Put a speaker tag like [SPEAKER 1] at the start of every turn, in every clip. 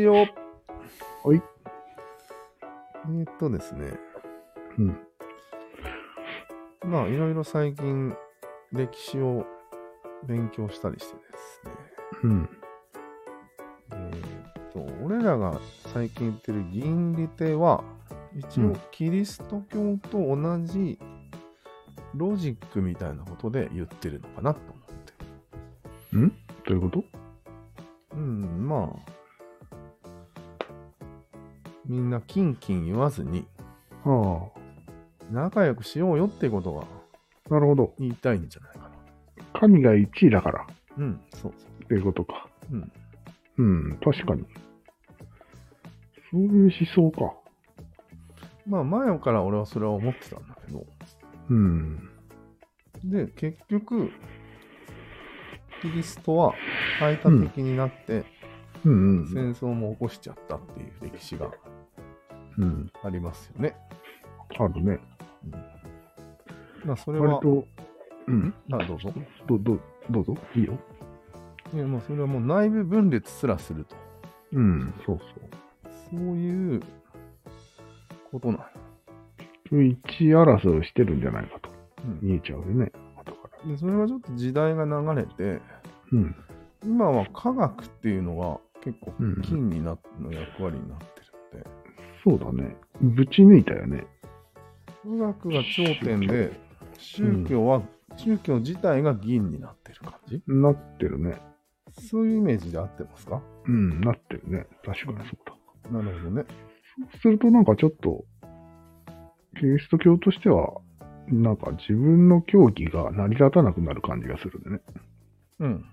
[SPEAKER 1] よ。
[SPEAKER 2] はい。
[SPEAKER 1] えー、っとですね。
[SPEAKER 2] うん。
[SPEAKER 1] まあ、いろいろ最近、歴史を勉強したりしてですね。
[SPEAKER 2] うん。
[SPEAKER 1] えーっと、俺らが最近言ってる銀利手は、一
[SPEAKER 2] う
[SPEAKER 1] 応
[SPEAKER 2] ん、
[SPEAKER 1] キリスト教と同じロジックみたいなことで言ってるのかなと思って。
[SPEAKER 2] どういうこと
[SPEAKER 1] うん、まあ、みんなキンキン言わずに
[SPEAKER 2] あ
[SPEAKER 1] 仲良くしようよってことが
[SPEAKER 2] あ、なるほど。
[SPEAKER 1] 言いたいんじゃないかな。
[SPEAKER 2] 神が1位だからっ
[SPEAKER 1] うん、そうそ
[SPEAKER 2] ていうことか。
[SPEAKER 1] う。うん。
[SPEAKER 2] うん、確かに。そういう思想か。
[SPEAKER 1] まあ前から俺はそれは思ってたんだけど、
[SPEAKER 2] うん。
[SPEAKER 1] で、結局、キリストは排他的になって
[SPEAKER 2] うんうん
[SPEAKER 1] 戦争も起こしちゃったっていう歴史が
[SPEAKER 2] うん。うん。
[SPEAKER 1] ありますよね。
[SPEAKER 2] あるね。
[SPEAKER 1] まあそれ
[SPEAKER 2] 割
[SPEAKER 1] は、
[SPEAKER 2] と、うん。
[SPEAKER 1] あ、どうぞ。
[SPEAKER 2] ど、ど、どうぞ。いいよ。
[SPEAKER 1] いやまあそれはもう内部分裂すらすると。
[SPEAKER 2] うん、そうそ
[SPEAKER 1] そ
[SPEAKER 2] う。
[SPEAKER 1] ういうことなんよ
[SPEAKER 2] 一位争いをしてるんじゃないかと。
[SPEAKER 1] うん
[SPEAKER 2] 見えちゃうよね。後から。
[SPEAKER 1] でそれはちょっと時代が流れて
[SPEAKER 2] うん。
[SPEAKER 1] 今は科学っていうのが結構
[SPEAKER 2] うん
[SPEAKER 1] 金になっの役割になってるんで、
[SPEAKER 2] そうだね。ぶち抜いたよね。
[SPEAKER 1] 科学が頂点で宗教は、宗教自体が銀になってる感じ
[SPEAKER 2] なってるね。
[SPEAKER 1] そういうイメージで合ってますか
[SPEAKER 2] うん、なってるね。確かにそうだ。
[SPEAKER 1] なるほどね。
[SPEAKER 2] そうするとなんかちょっと、キリスト教としては、なんか自分の教義が成り立たなくなる感じがするんでね。
[SPEAKER 1] うん。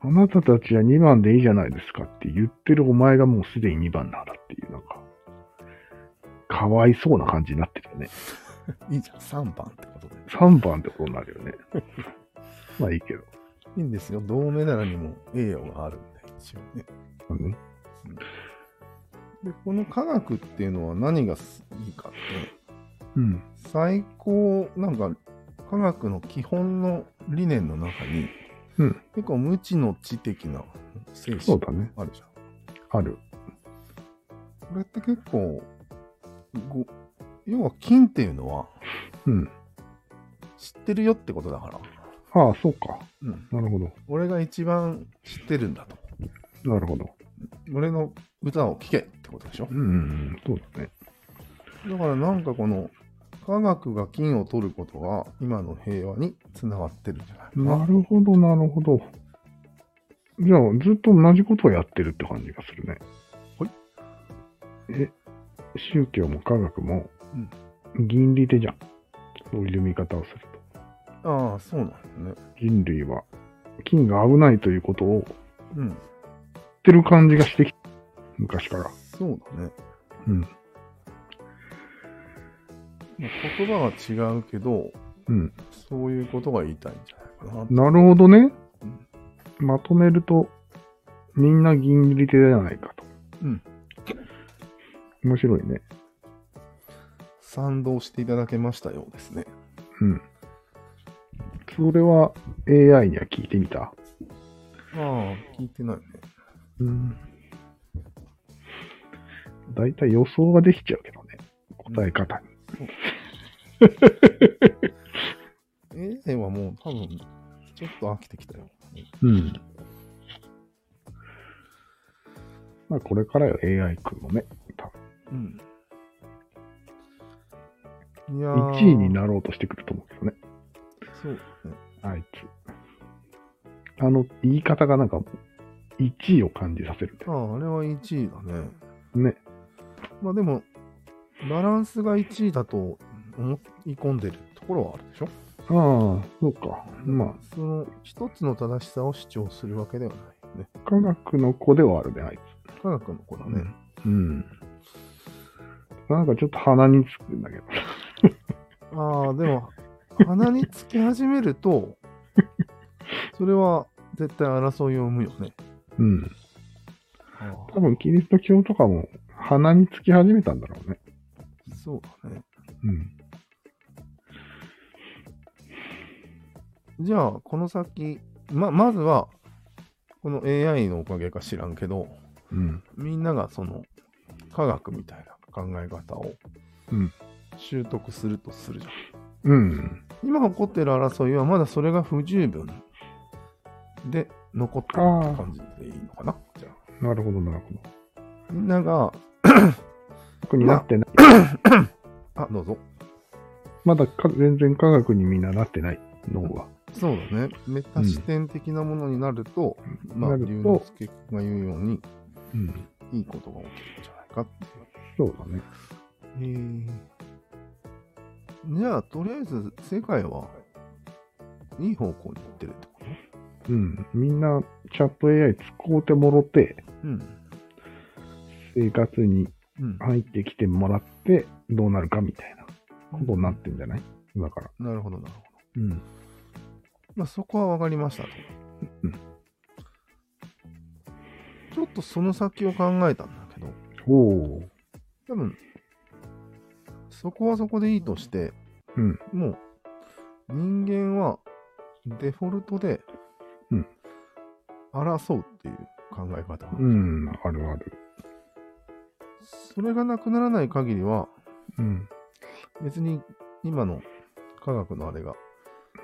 [SPEAKER 2] あなたたちは2番でいいじゃないですかって言ってるお前がもうすでに2番なんだっていう、なんか、かわいそうな感じになってるよね。
[SPEAKER 1] いいじゃん。3番ってことで。
[SPEAKER 2] 3番ってことになるよね。まあいいけど。
[SPEAKER 1] いいんですよ。銅メダルにも栄誉があるんで、一応ね。
[SPEAKER 2] うん
[SPEAKER 1] で、この科学っていうのは何がすいいかって、
[SPEAKER 2] うん。
[SPEAKER 1] 最高なんか科学の基本の理念の中に、
[SPEAKER 2] うん
[SPEAKER 1] 結構無知の知的な精
[SPEAKER 2] そ
[SPEAKER 1] 神
[SPEAKER 2] うだね。
[SPEAKER 1] あるじゃん。
[SPEAKER 2] ある。
[SPEAKER 1] これって結構ご要は金っていうのは
[SPEAKER 2] うん。
[SPEAKER 1] 知ってるよってことだから、
[SPEAKER 2] ああ、そうか。
[SPEAKER 1] うん、
[SPEAKER 2] なるほど。
[SPEAKER 1] 俺が一番知ってるんだと
[SPEAKER 2] なるほど。
[SPEAKER 1] 俺の歌を聴けってことでしょ
[SPEAKER 2] うんうんうん。そうだね。
[SPEAKER 1] だからなんかこの科学が金を取ることが今の平和につながってるんじゃないか
[SPEAKER 2] な
[SPEAKER 1] な。
[SPEAKER 2] るほど、なるほど。じゃあ、ずっと同じことをやってるって感じがするね。
[SPEAKER 1] はい。
[SPEAKER 2] え、宗教も科学も
[SPEAKER 1] うん、
[SPEAKER 2] 銀利手じゃん。そういう見方をする
[SPEAKER 1] ああ、そうなんだね。
[SPEAKER 2] と。人類は、金が危ないということを言っ
[SPEAKER 1] うん。
[SPEAKER 2] てる感じがしてきた。昔から。
[SPEAKER 1] そうだね。
[SPEAKER 2] うん
[SPEAKER 1] まあ言葉が違うけど、
[SPEAKER 2] うん。
[SPEAKER 1] そういうことが言いたいんじゃないかな。
[SPEAKER 2] なるほどね
[SPEAKER 1] うん。
[SPEAKER 2] まとめると、みんな銀利手じゃないかと。
[SPEAKER 1] うん。
[SPEAKER 2] 面白いね。
[SPEAKER 1] 賛同していただけましたようですね。
[SPEAKER 2] うん。それは AI には聞いてみた。
[SPEAKER 1] ああ、聞いてないね。
[SPEAKER 2] うん。だいたい予想ができちゃうけどね。答え方に。
[SPEAKER 1] A はもう多分、ちょっと飽きてきたよ。
[SPEAKER 2] うん。まあこれからよ、AI 君もね。
[SPEAKER 1] うん。いやー
[SPEAKER 2] 1位になろうとしてくると思うけどね。
[SPEAKER 1] そうだね。
[SPEAKER 2] あいつ。あの、言い方がなんか、1位を感じさせるんだ
[SPEAKER 1] あ
[SPEAKER 2] よ
[SPEAKER 1] あ、あれは1位だね。
[SPEAKER 2] ね。
[SPEAKER 1] まあでも、バランスが1位だと思い込んでるところはあるでしょ
[SPEAKER 2] ああ、そうか。ま
[SPEAKER 1] その一つの正しさを主張するわけではないよね。
[SPEAKER 2] あ、科学の子ではあるね、あいつ。
[SPEAKER 1] 科学の子だね。
[SPEAKER 2] うん。なんかちょっと鼻につくんだけど。
[SPEAKER 1] ああ、でも、鼻につき始める と、それは絶対争いを生むよね。
[SPEAKER 2] うん。
[SPEAKER 1] あ
[SPEAKER 2] 多分キリスト教とかも鼻につき始めたんだろうね。
[SPEAKER 1] あそうだね。
[SPEAKER 2] うん。
[SPEAKER 1] じゃあ、この先、ま、まずは、この AI のおかげか知らんけど、
[SPEAKER 2] うん。
[SPEAKER 1] みんながその科学みたいな考え方を
[SPEAKER 2] うん
[SPEAKER 1] 習得するとするじゃん。
[SPEAKER 2] うん。
[SPEAKER 1] 今起こってる争いはまだそれが不十分で残ってるって感じでいいのかなじゃあ
[SPEAKER 2] なるほど、なるほど。
[SPEAKER 1] みんなが、
[SPEAKER 2] 特になってない。
[SPEAKER 1] あ、どうぞ。
[SPEAKER 2] まだか全然科学にみんななってない脳は。
[SPEAKER 1] そうだね。メタ視点的なものになると、まあ、
[SPEAKER 2] な
[SPEAKER 1] 龍
[SPEAKER 2] る
[SPEAKER 1] 之
[SPEAKER 2] と、
[SPEAKER 1] 介が言うように、
[SPEAKER 2] うん。
[SPEAKER 1] いいことが起きるんじゃないかっていう。
[SPEAKER 2] そうだね。
[SPEAKER 1] えーじゃあ、とりあえず世界はいい方向に行ってるってこと
[SPEAKER 2] うん。みんなチャット AI 使うてもろて、
[SPEAKER 1] うん。
[SPEAKER 2] 生活に
[SPEAKER 1] うん。
[SPEAKER 2] 入ってきてもらって、どうなるかみたいなことになってんじゃない今から。
[SPEAKER 1] なるほど、なるほど。
[SPEAKER 2] うん。
[SPEAKER 1] まあ、そこは分かりましたと。
[SPEAKER 2] うん
[SPEAKER 1] ちょっとその先を考えたんだけど、
[SPEAKER 2] おー。
[SPEAKER 1] 多分、そこはそこでいいとして、
[SPEAKER 2] うん
[SPEAKER 1] もう、人間はデフォルトで
[SPEAKER 2] うん、
[SPEAKER 1] 争うっていう考え方がある、
[SPEAKER 2] うん。あるある。
[SPEAKER 1] それがなくならない限りは、
[SPEAKER 2] うん。
[SPEAKER 1] 別に今の科学のあれが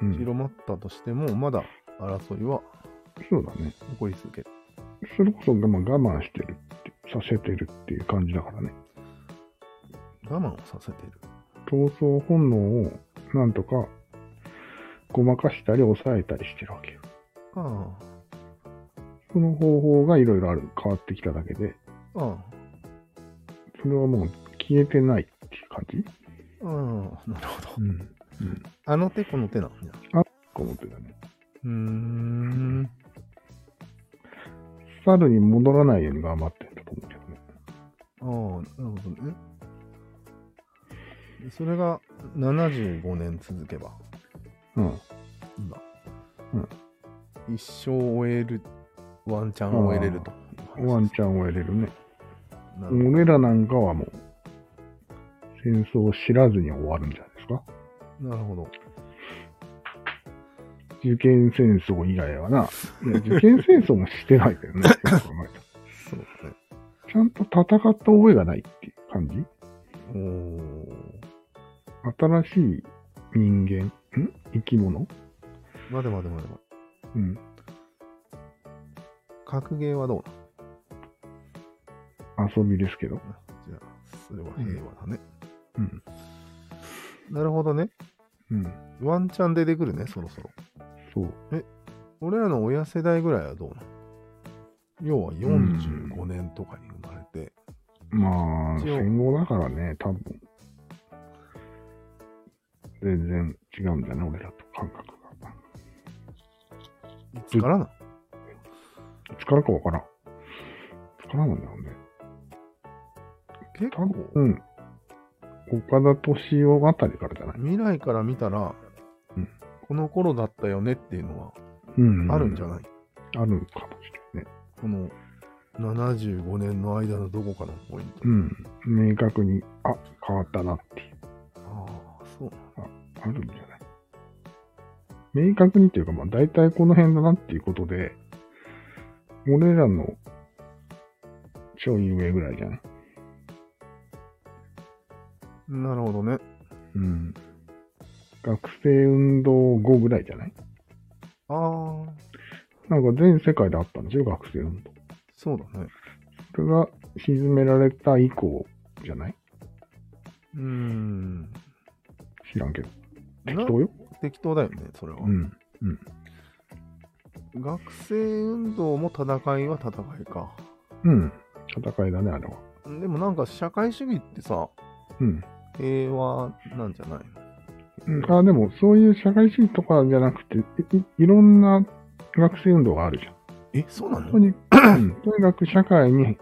[SPEAKER 2] うん、
[SPEAKER 1] 広まったとしても、まだ争いは
[SPEAKER 2] そうだね。
[SPEAKER 1] 起こり続ける。
[SPEAKER 2] それこそ我慢我慢してるって、させてるっていう感じだからね。
[SPEAKER 1] 我慢をさせている。
[SPEAKER 2] 闘争本能をなんとかごまかしたり抑えたりしてるわけよ。
[SPEAKER 1] ああ。
[SPEAKER 2] その方法がいろいろある、変わってきただけで、
[SPEAKER 1] あ
[SPEAKER 2] それはもう消えてないっていう感じ
[SPEAKER 1] あ、うん、なるほど。
[SPEAKER 2] うん。
[SPEAKER 1] あの手この手なんじゃ。
[SPEAKER 2] こう思ってたね。
[SPEAKER 1] うーん。
[SPEAKER 2] 猿に戻らないように頑張ってんだと思うけどね。
[SPEAKER 1] ああ、なるほどね。でそれが75年続けば、
[SPEAKER 2] うん。
[SPEAKER 1] 今、
[SPEAKER 2] うん
[SPEAKER 1] 一生終える、ワンチャン終えれると。
[SPEAKER 2] ワンチャン終えれるね。
[SPEAKER 1] なるほど
[SPEAKER 2] 俺らなんかはもう、戦争を知らずに終わるんじゃないですか
[SPEAKER 1] なるほど。
[SPEAKER 2] 受験戦争以外はな、いや受験戦争もしてないけどね、よ く考えたら
[SPEAKER 1] そうだね。
[SPEAKER 2] ちゃんと戦った覚えがないっていう感じ
[SPEAKER 1] おー
[SPEAKER 2] 新しい人間、ん生き物
[SPEAKER 1] 待て待て待て待て。
[SPEAKER 2] うん。
[SPEAKER 1] 格ゲーはどうな
[SPEAKER 2] 遊びですけど。
[SPEAKER 1] のじゃあ、それは平和だね。
[SPEAKER 2] うん。
[SPEAKER 1] なるほどね。
[SPEAKER 2] うん。
[SPEAKER 1] ワンチャン出てくるね、そろそろ。
[SPEAKER 2] そう。
[SPEAKER 1] 俺らの親世代ぐらいはどうなの要は45年とかに生まれて、
[SPEAKER 2] まあ、
[SPEAKER 1] 一応
[SPEAKER 2] 戦後だからね、多分。全然違うんだね、俺らと感覚が。
[SPEAKER 1] いつからなの、
[SPEAKER 2] いつからかわからん。いつからなんだろうね。
[SPEAKER 1] 結
[SPEAKER 2] 多分、
[SPEAKER 1] 構、
[SPEAKER 2] うん。岡田敏夫あたりからじゃない
[SPEAKER 1] 未来から見たら、
[SPEAKER 2] うん
[SPEAKER 1] この頃だったよねっていうのは
[SPEAKER 2] うん
[SPEAKER 1] あるんじゃない、
[SPEAKER 2] あるかもしれないね。
[SPEAKER 1] この75年の間のどこかのポイント。
[SPEAKER 2] うん。明確に、あ、変わったなっていう。
[SPEAKER 1] ああ、そうなの
[SPEAKER 2] あるんじゃない明確にというか、まあ大体この辺だなっていうことで、俺らのちょい上ぐらいじゃない
[SPEAKER 1] なるほどね。
[SPEAKER 2] うん。学生運動後ぐらいじゃない
[SPEAKER 1] ああ、
[SPEAKER 2] なんか全世界であったんですよ、学生運動。
[SPEAKER 1] そうだね。
[SPEAKER 2] それが沈められた以降じゃないう
[SPEAKER 1] ーん。
[SPEAKER 2] 知らんけど。
[SPEAKER 1] な
[SPEAKER 2] 適当よ。
[SPEAKER 1] 適当だよね、それは。
[SPEAKER 2] うん。
[SPEAKER 1] 学生運動も戦いは戦いか。
[SPEAKER 2] うん。戦いだね、あれは。
[SPEAKER 1] でもなんか社会主義ってさ、
[SPEAKER 2] うん。
[SPEAKER 1] 平和なんじゃない
[SPEAKER 2] うん、あ、でも、そういう社会主義とかじゃなくて、いいろんな学生運動があるじゃん。
[SPEAKER 1] え、そうな
[SPEAKER 2] とにうんとにかく社会に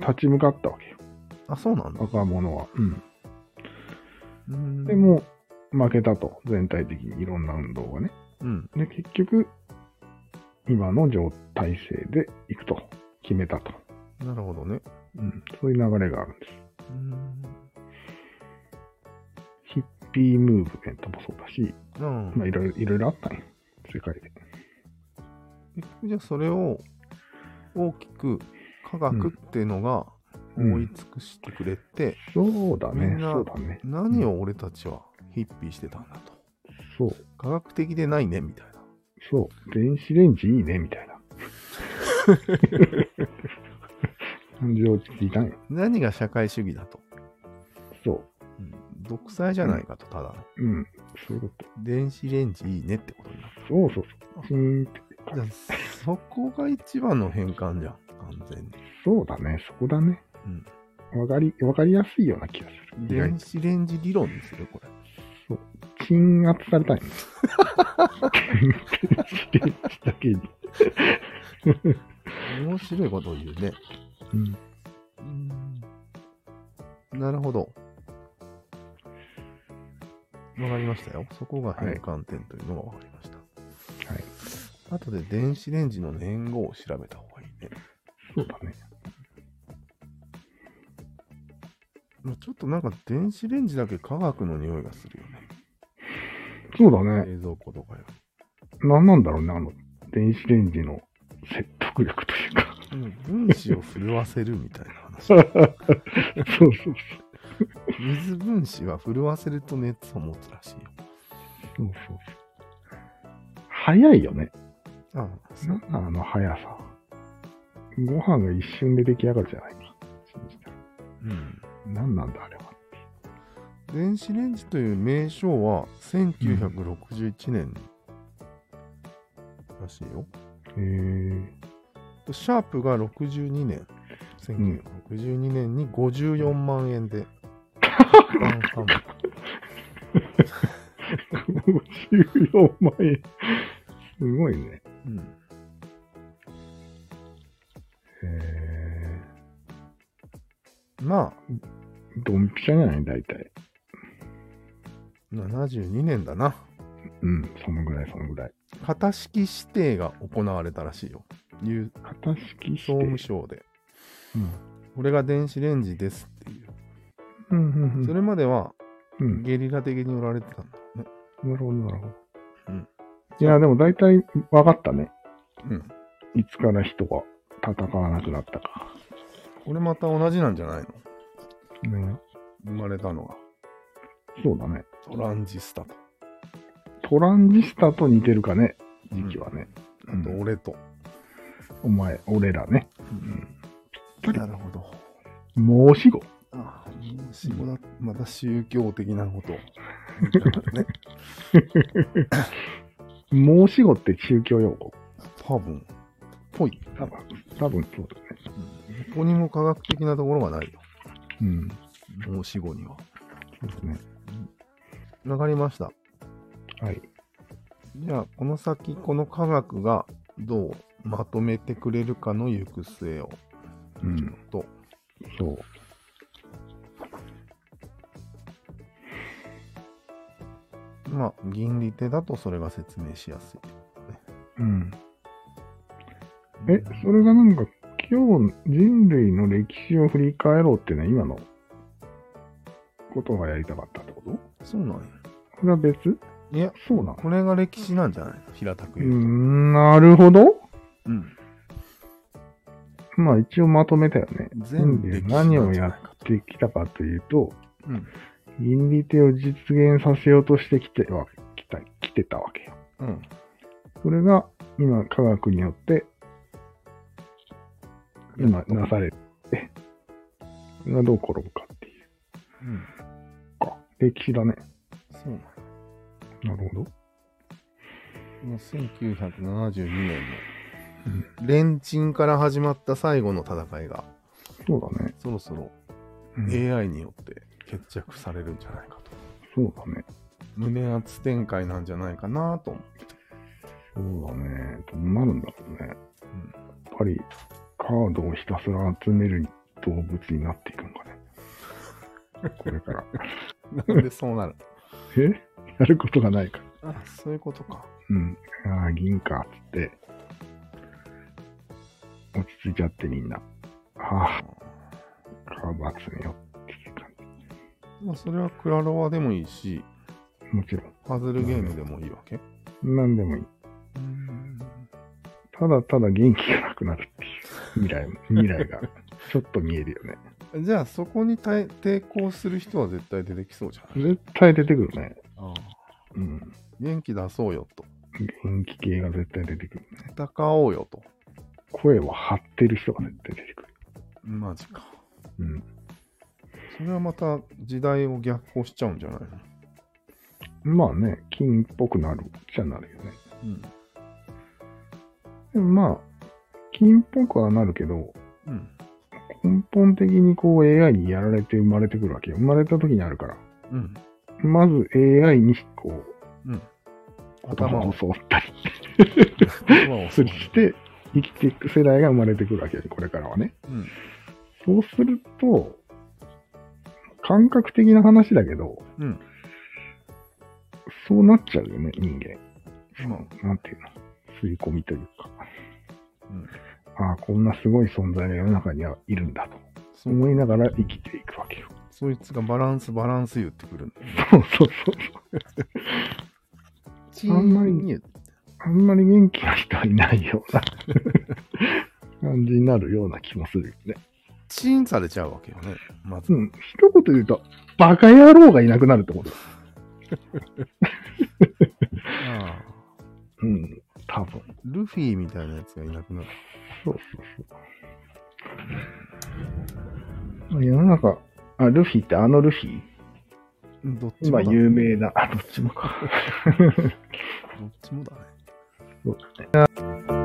[SPEAKER 2] 立ち向かったわけよ、
[SPEAKER 1] あ、そうなんだ。
[SPEAKER 2] 若者は。うん、
[SPEAKER 1] うん
[SPEAKER 2] で、も、負けたと、全体的にいろんな運動がね。
[SPEAKER 1] うん。
[SPEAKER 2] で、結局、今の状態勢で行くと、決めたと、
[SPEAKER 1] なるほどね。
[SPEAKER 2] うん。そういう流れがあるんです。
[SPEAKER 1] うん。
[SPEAKER 2] ヒッピームーブメントもそうだし、
[SPEAKER 1] うん
[SPEAKER 2] まあ、いろいろいろいろあったね、世界で。
[SPEAKER 1] 結局じゃあそれを大きく科学っていうのが
[SPEAKER 2] うん
[SPEAKER 1] 追い尽くしてくれて、
[SPEAKER 2] そうだ
[SPEAKER 1] み
[SPEAKER 2] ね、
[SPEAKER 1] んな
[SPEAKER 2] そうだね。
[SPEAKER 1] 何を俺たちはヒッピーしてたんだと。
[SPEAKER 2] そう、
[SPEAKER 1] 科学的でないね、みたいな。
[SPEAKER 2] そう、電子レンジいいね、みたいな。感じを聞いたんよ。
[SPEAKER 1] 何が社会主義だと。
[SPEAKER 2] そ
[SPEAKER 1] うん独裁じゃないかと、ただの、
[SPEAKER 2] う、うん、そういうこと。
[SPEAKER 1] 電子レンジいいねってことになっ
[SPEAKER 2] そうそうそう、チーンって。
[SPEAKER 1] た。じゃあそこが一番の変換じゃん、完全に。
[SPEAKER 2] そうだね、そこだね。わかり、わかりやすいような気がす
[SPEAKER 1] うん、
[SPEAKER 2] る。意外
[SPEAKER 1] 電
[SPEAKER 2] と
[SPEAKER 1] 子レンジ理論にする、これ。
[SPEAKER 2] 鎮圧されたんよ。電子レンジだけに。
[SPEAKER 1] 面白いことを言うね。
[SPEAKER 2] うん
[SPEAKER 1] なるほど。わかりましたよ。そこが変換点というのがわかりました。
[SPEAKER 2] はい。
[SPEAKER 1] 後で電子レンジの年号を調べた方がいいね。
[SPEAKER 2] そうだね。
[SPEAKER 1] まあちょっとなんか電子レンジだけ科学の匂いがするよ
[SPEAKER 2] そうだね。
[SPEAKER 1] ね。冷蔵庫とかよ
[SPEAKER 2] なんなんだろうね、あの、電子レンジの説得力というか。
[SPEAKER 1] り。うん分子を震わせるみたいな話
[SPEAKER 2] そ。うそうそう。
[SPEAKER 1] 水分子は震わせると熱を持つらしいよ。
[SPEAKER 2] そうそうそう。早いよね。
[SPEAKER 1] あ
[SPEAKER 2] なんだあの速さ。ご飯が一瞬で出来上がるじゃないか。
[SPEAKER 1] うん。
[SPEAKER 2] なんなんだあれは。
[SPEAKER 1] 電子レンジという名称は1961年にらしいよ。
[SPEAKER 2] へ え。
[SPEAKER 1] とシャープが62年、
[SPEAKER 2] ん
[SPEAKER 1] 1962年に54万円で半々
[SPEAKER 2] 54万円。すごいね。
[SPEAKER 1] うん
[SPEAKER 2] へえ。
[SPEAKER 1] ま
[SPEAKER 2] ドンピシャじゃない大体。
[SPEAKER 1] あ、72年だな。
[SPEAKER 2] うん、そのぐらい、そのぐらい。
[SPEAKER 1] 型式指定が行われたらしいよ。郵
[SPEAKER 2] 型式して。
[SPEAKER 1] 総務省で。
[SPEAKER 2] うん。
[SPEAKER 1] これが電子レンジですっていう。
[SPEAKER 2] うん、うん、うん。
[SPEAKER 1] それまでは
[SPEAKER 2] うん。
[SPEAKER 1] ゲリラ的に売られてたんだろうね。
[SPEAKER 2] なるほど、なるほど。
[SPEAKER 1] うん
[SPEAKER 2] いや、でも大体分かったね。
[SPEAKER 1] うん。
[SPEAKER 2] いつから人が戦わなくなったか。
[SPEAKER 1] これまた同じなんじゃないの
[SPEAKER 2] ね、
[SPEAKER 1] 生まれたのが。
[SPEAKER 2] そうだね。
[SPEAKER 1] トランジスタと。
[SPEAKER 2] トランジスタと似てるかね、時期はね。
[SPEAKER 1] あと俺と。
[SPEAKER 2] お前、俺らね。うん
[SPEAKER 1] なるほど。
[SPEAKER 2] 申し子。
[SPEAKER 1] ああ、もうしもだまた宗教的な ことを。ね、
[SPEAKER 2] 申し子って宗教用語。
[SPEAKER 1] 多分、ぽい。
[SPEAKER 2] 多分、多分そうだね。
[SPEAKER 1] ここにも科学的なところがないよ。
[SPEAKER 2] うん。
[SPEAKER 1] もう死後には。
[SPEAKER 2] そうですね。
[SPEAKER 1] わかりました。
[SPEAKER 2] はい。
[SPEAKER 1] じゃあ、この先、この科学がどうまとめてくれるかの行く末を。
[SPEAKER 2] うん。
[SPEAKER 1] と、
[SPEAKER 2] そう。
[SPEAKER 1] まあ、銀利手だとそれが説明しやすい。
[SPEAKER 2] うん。え、それがなんか、今日人類の歴史を振り返ろうっていうのは今のことがやりたかったってこと
[SPEAKER 1] そうなんや。
[SPEAKER 2] これは別
[SPEAKER 1] いや、
[SPEAKER 2] そうなの
[SPEAKER 1] これが歴史なんじゃないの平たく
[SPEAKER 2] う
[SPEAKER 1] 言
[SPEAKER 2] ー
[SPEAKER 1] うと。
[SPEAKER 2] ん、なるほど。
[SPEAKER 1] うん。
[SPEAKER 2] まあ一応まとめたよね。
[SPEAKER 1] 全歴史なんじ
[SPEAKER 2] 何
[SPEAKER 1] ゃ
[SPEAKER 2] を
[SPEAKER 1] ない
[SPEAKER 2] やってきたかというと、
[SPEAKER 1] うん。
[SPEAKER 2] 倫理手を実現させようとしてきてはきたきてたわけよ。
[SPEAKER 1] うん。
[SPEAKER 2] それが今科学によって今なされて、それがどう転ぶかっていう
[SPEAKER 1] うん。
[SPEAKER 2] か。歴史だね。
[SPEAKER 1] そうなんや
[SPEAKER 2] なるほど。
[SPEAKER 1] もう1972年のレンチンから始まった最後の戦いが
[SPEAKER 2] そうだね。
[SPEAKER 1] そろそろ
[SPEAKER 2] うん、
[SPEAKER 1] AI によって決着されるんじゃないかと
[SPEAKER 2] そうだね。
[SPEAKER 1] 胸圧展開なんじゃないかなと思
[SPEAKER 2] そうだね。どうなるんだろうね。やっぱりカードをひたすら集める動物になっていくのかね。これから。
[SPEAKER 1] う なんでそうなる
[SPEAKER 2] えやることがないから。
[SPEAKER 1] あそういうことか
[SPEAKER 2] うん。ああ、銀か、つって。落ち着いちゃってみんな。ああ、カード集めようっていう感
[SPEAKER 1] まあそれはクラロワでもいいし
[SPEAKER 2] じ。もちろ
[SPEAKER 1] パズルゲームでもいいわけ
[SPEAKER 2] ん。何でもいい。
[SPEAKER 1] うん
[SPEAKER 2] ただただ元気がなくなるっていう。未来、未来が、ちょっと見えるよね。
[SPEAKER 1] じゃあ、そこに対抵抗する人は絶対出てきそうじゃない
[SPEAKER 2] 絶対出てくるね。
[SPEAKER 1] ああ
[SPEAKER 2] うん。
[SPEAKER 1] 元気出そうよと。
[SPEAKER 2] 元気系が絶対出てくるね。
[SPEAKER 1] 戦おうよと。
[SPEAKER 2] 声を張ってる人が絶対出てくる。
[SPEAKER 1] マジか。
[SPEAKER 2] うん。
[SPEAKER 1] それはまた時代を逆行しちゃうんじゃないの
[SPEAKER 2] まあね、金っぽくなるじゃなるよね。
[SPEAKER 1] うん。
[SPEAKER 2] でもまあ、金っぽくはなるけど、
[SPEAKER 1] うん。
[SPEAKER 2] 根本的にこう AI にやられて生まれてくるわけよ。生まれた時にあるから。
[SPEAKER 1] うん。
[SPEAKER 2] まず AI にこう、
[SPEAKER 1] 頭
[SPEAKER 2] 頭
[SPEAKER 1] を
[SPEAKER 2] を、教わったり
[SPEAKER 1] 頭を
[SPEAKER 2] するして、生きていく世代が生まれてくるわけよ、これからはね。
[SPEAKER 1] うん。
[SPEAKER 2] そうすると、感覚的な話だけど、
[SPEAKER 1] うん
[SPEAKER 2] そうなっちゃうよね、人間。
[SPEAKER 1] ま
[SPEAKER 2] なんていうの、吸い込みというか。
[SPEAKER 1] うん
[SPEAKER 2] ああ、こんなすごい存在が世の中にはいるんだと
[SPEAKER 1] あ、そ
[SPEAKER 2] 思いながら生きていくわけよ。
[SPEAKER 1] そいつがバランスバランス言ってくるんだよ。
[SPEAKER 2] そうそうそう。あんまり
[SPEAKER 1] チーズ
[SPEAKER 2] あんまり元気な人はいないような感じになるような気もするよね。
[SPEAKER 1] チーンされちゃうわけよね。まず
[SPEAKER 2] う。ん。一言言うと、バカ野郎がいなくなるってこと。
[SPEAKER 1] ああ
[SPEAKER 2] うん。多分。
[SPEAKER 1] ルフィみたいなやつがいなくなる。
[SPEAKER 2] そうそうそう。まあ世の中、あ、ルフィってあのルフィ
[SPEAKER 1] どっちも
[SPEAKER 2] 今
[SPEAKER 1] だ。
[SPEAKER 2] 有名な、あ、どっちもか。
[SPEAKER 1] どっちもだね。
[SPEAKER 2] そうだね。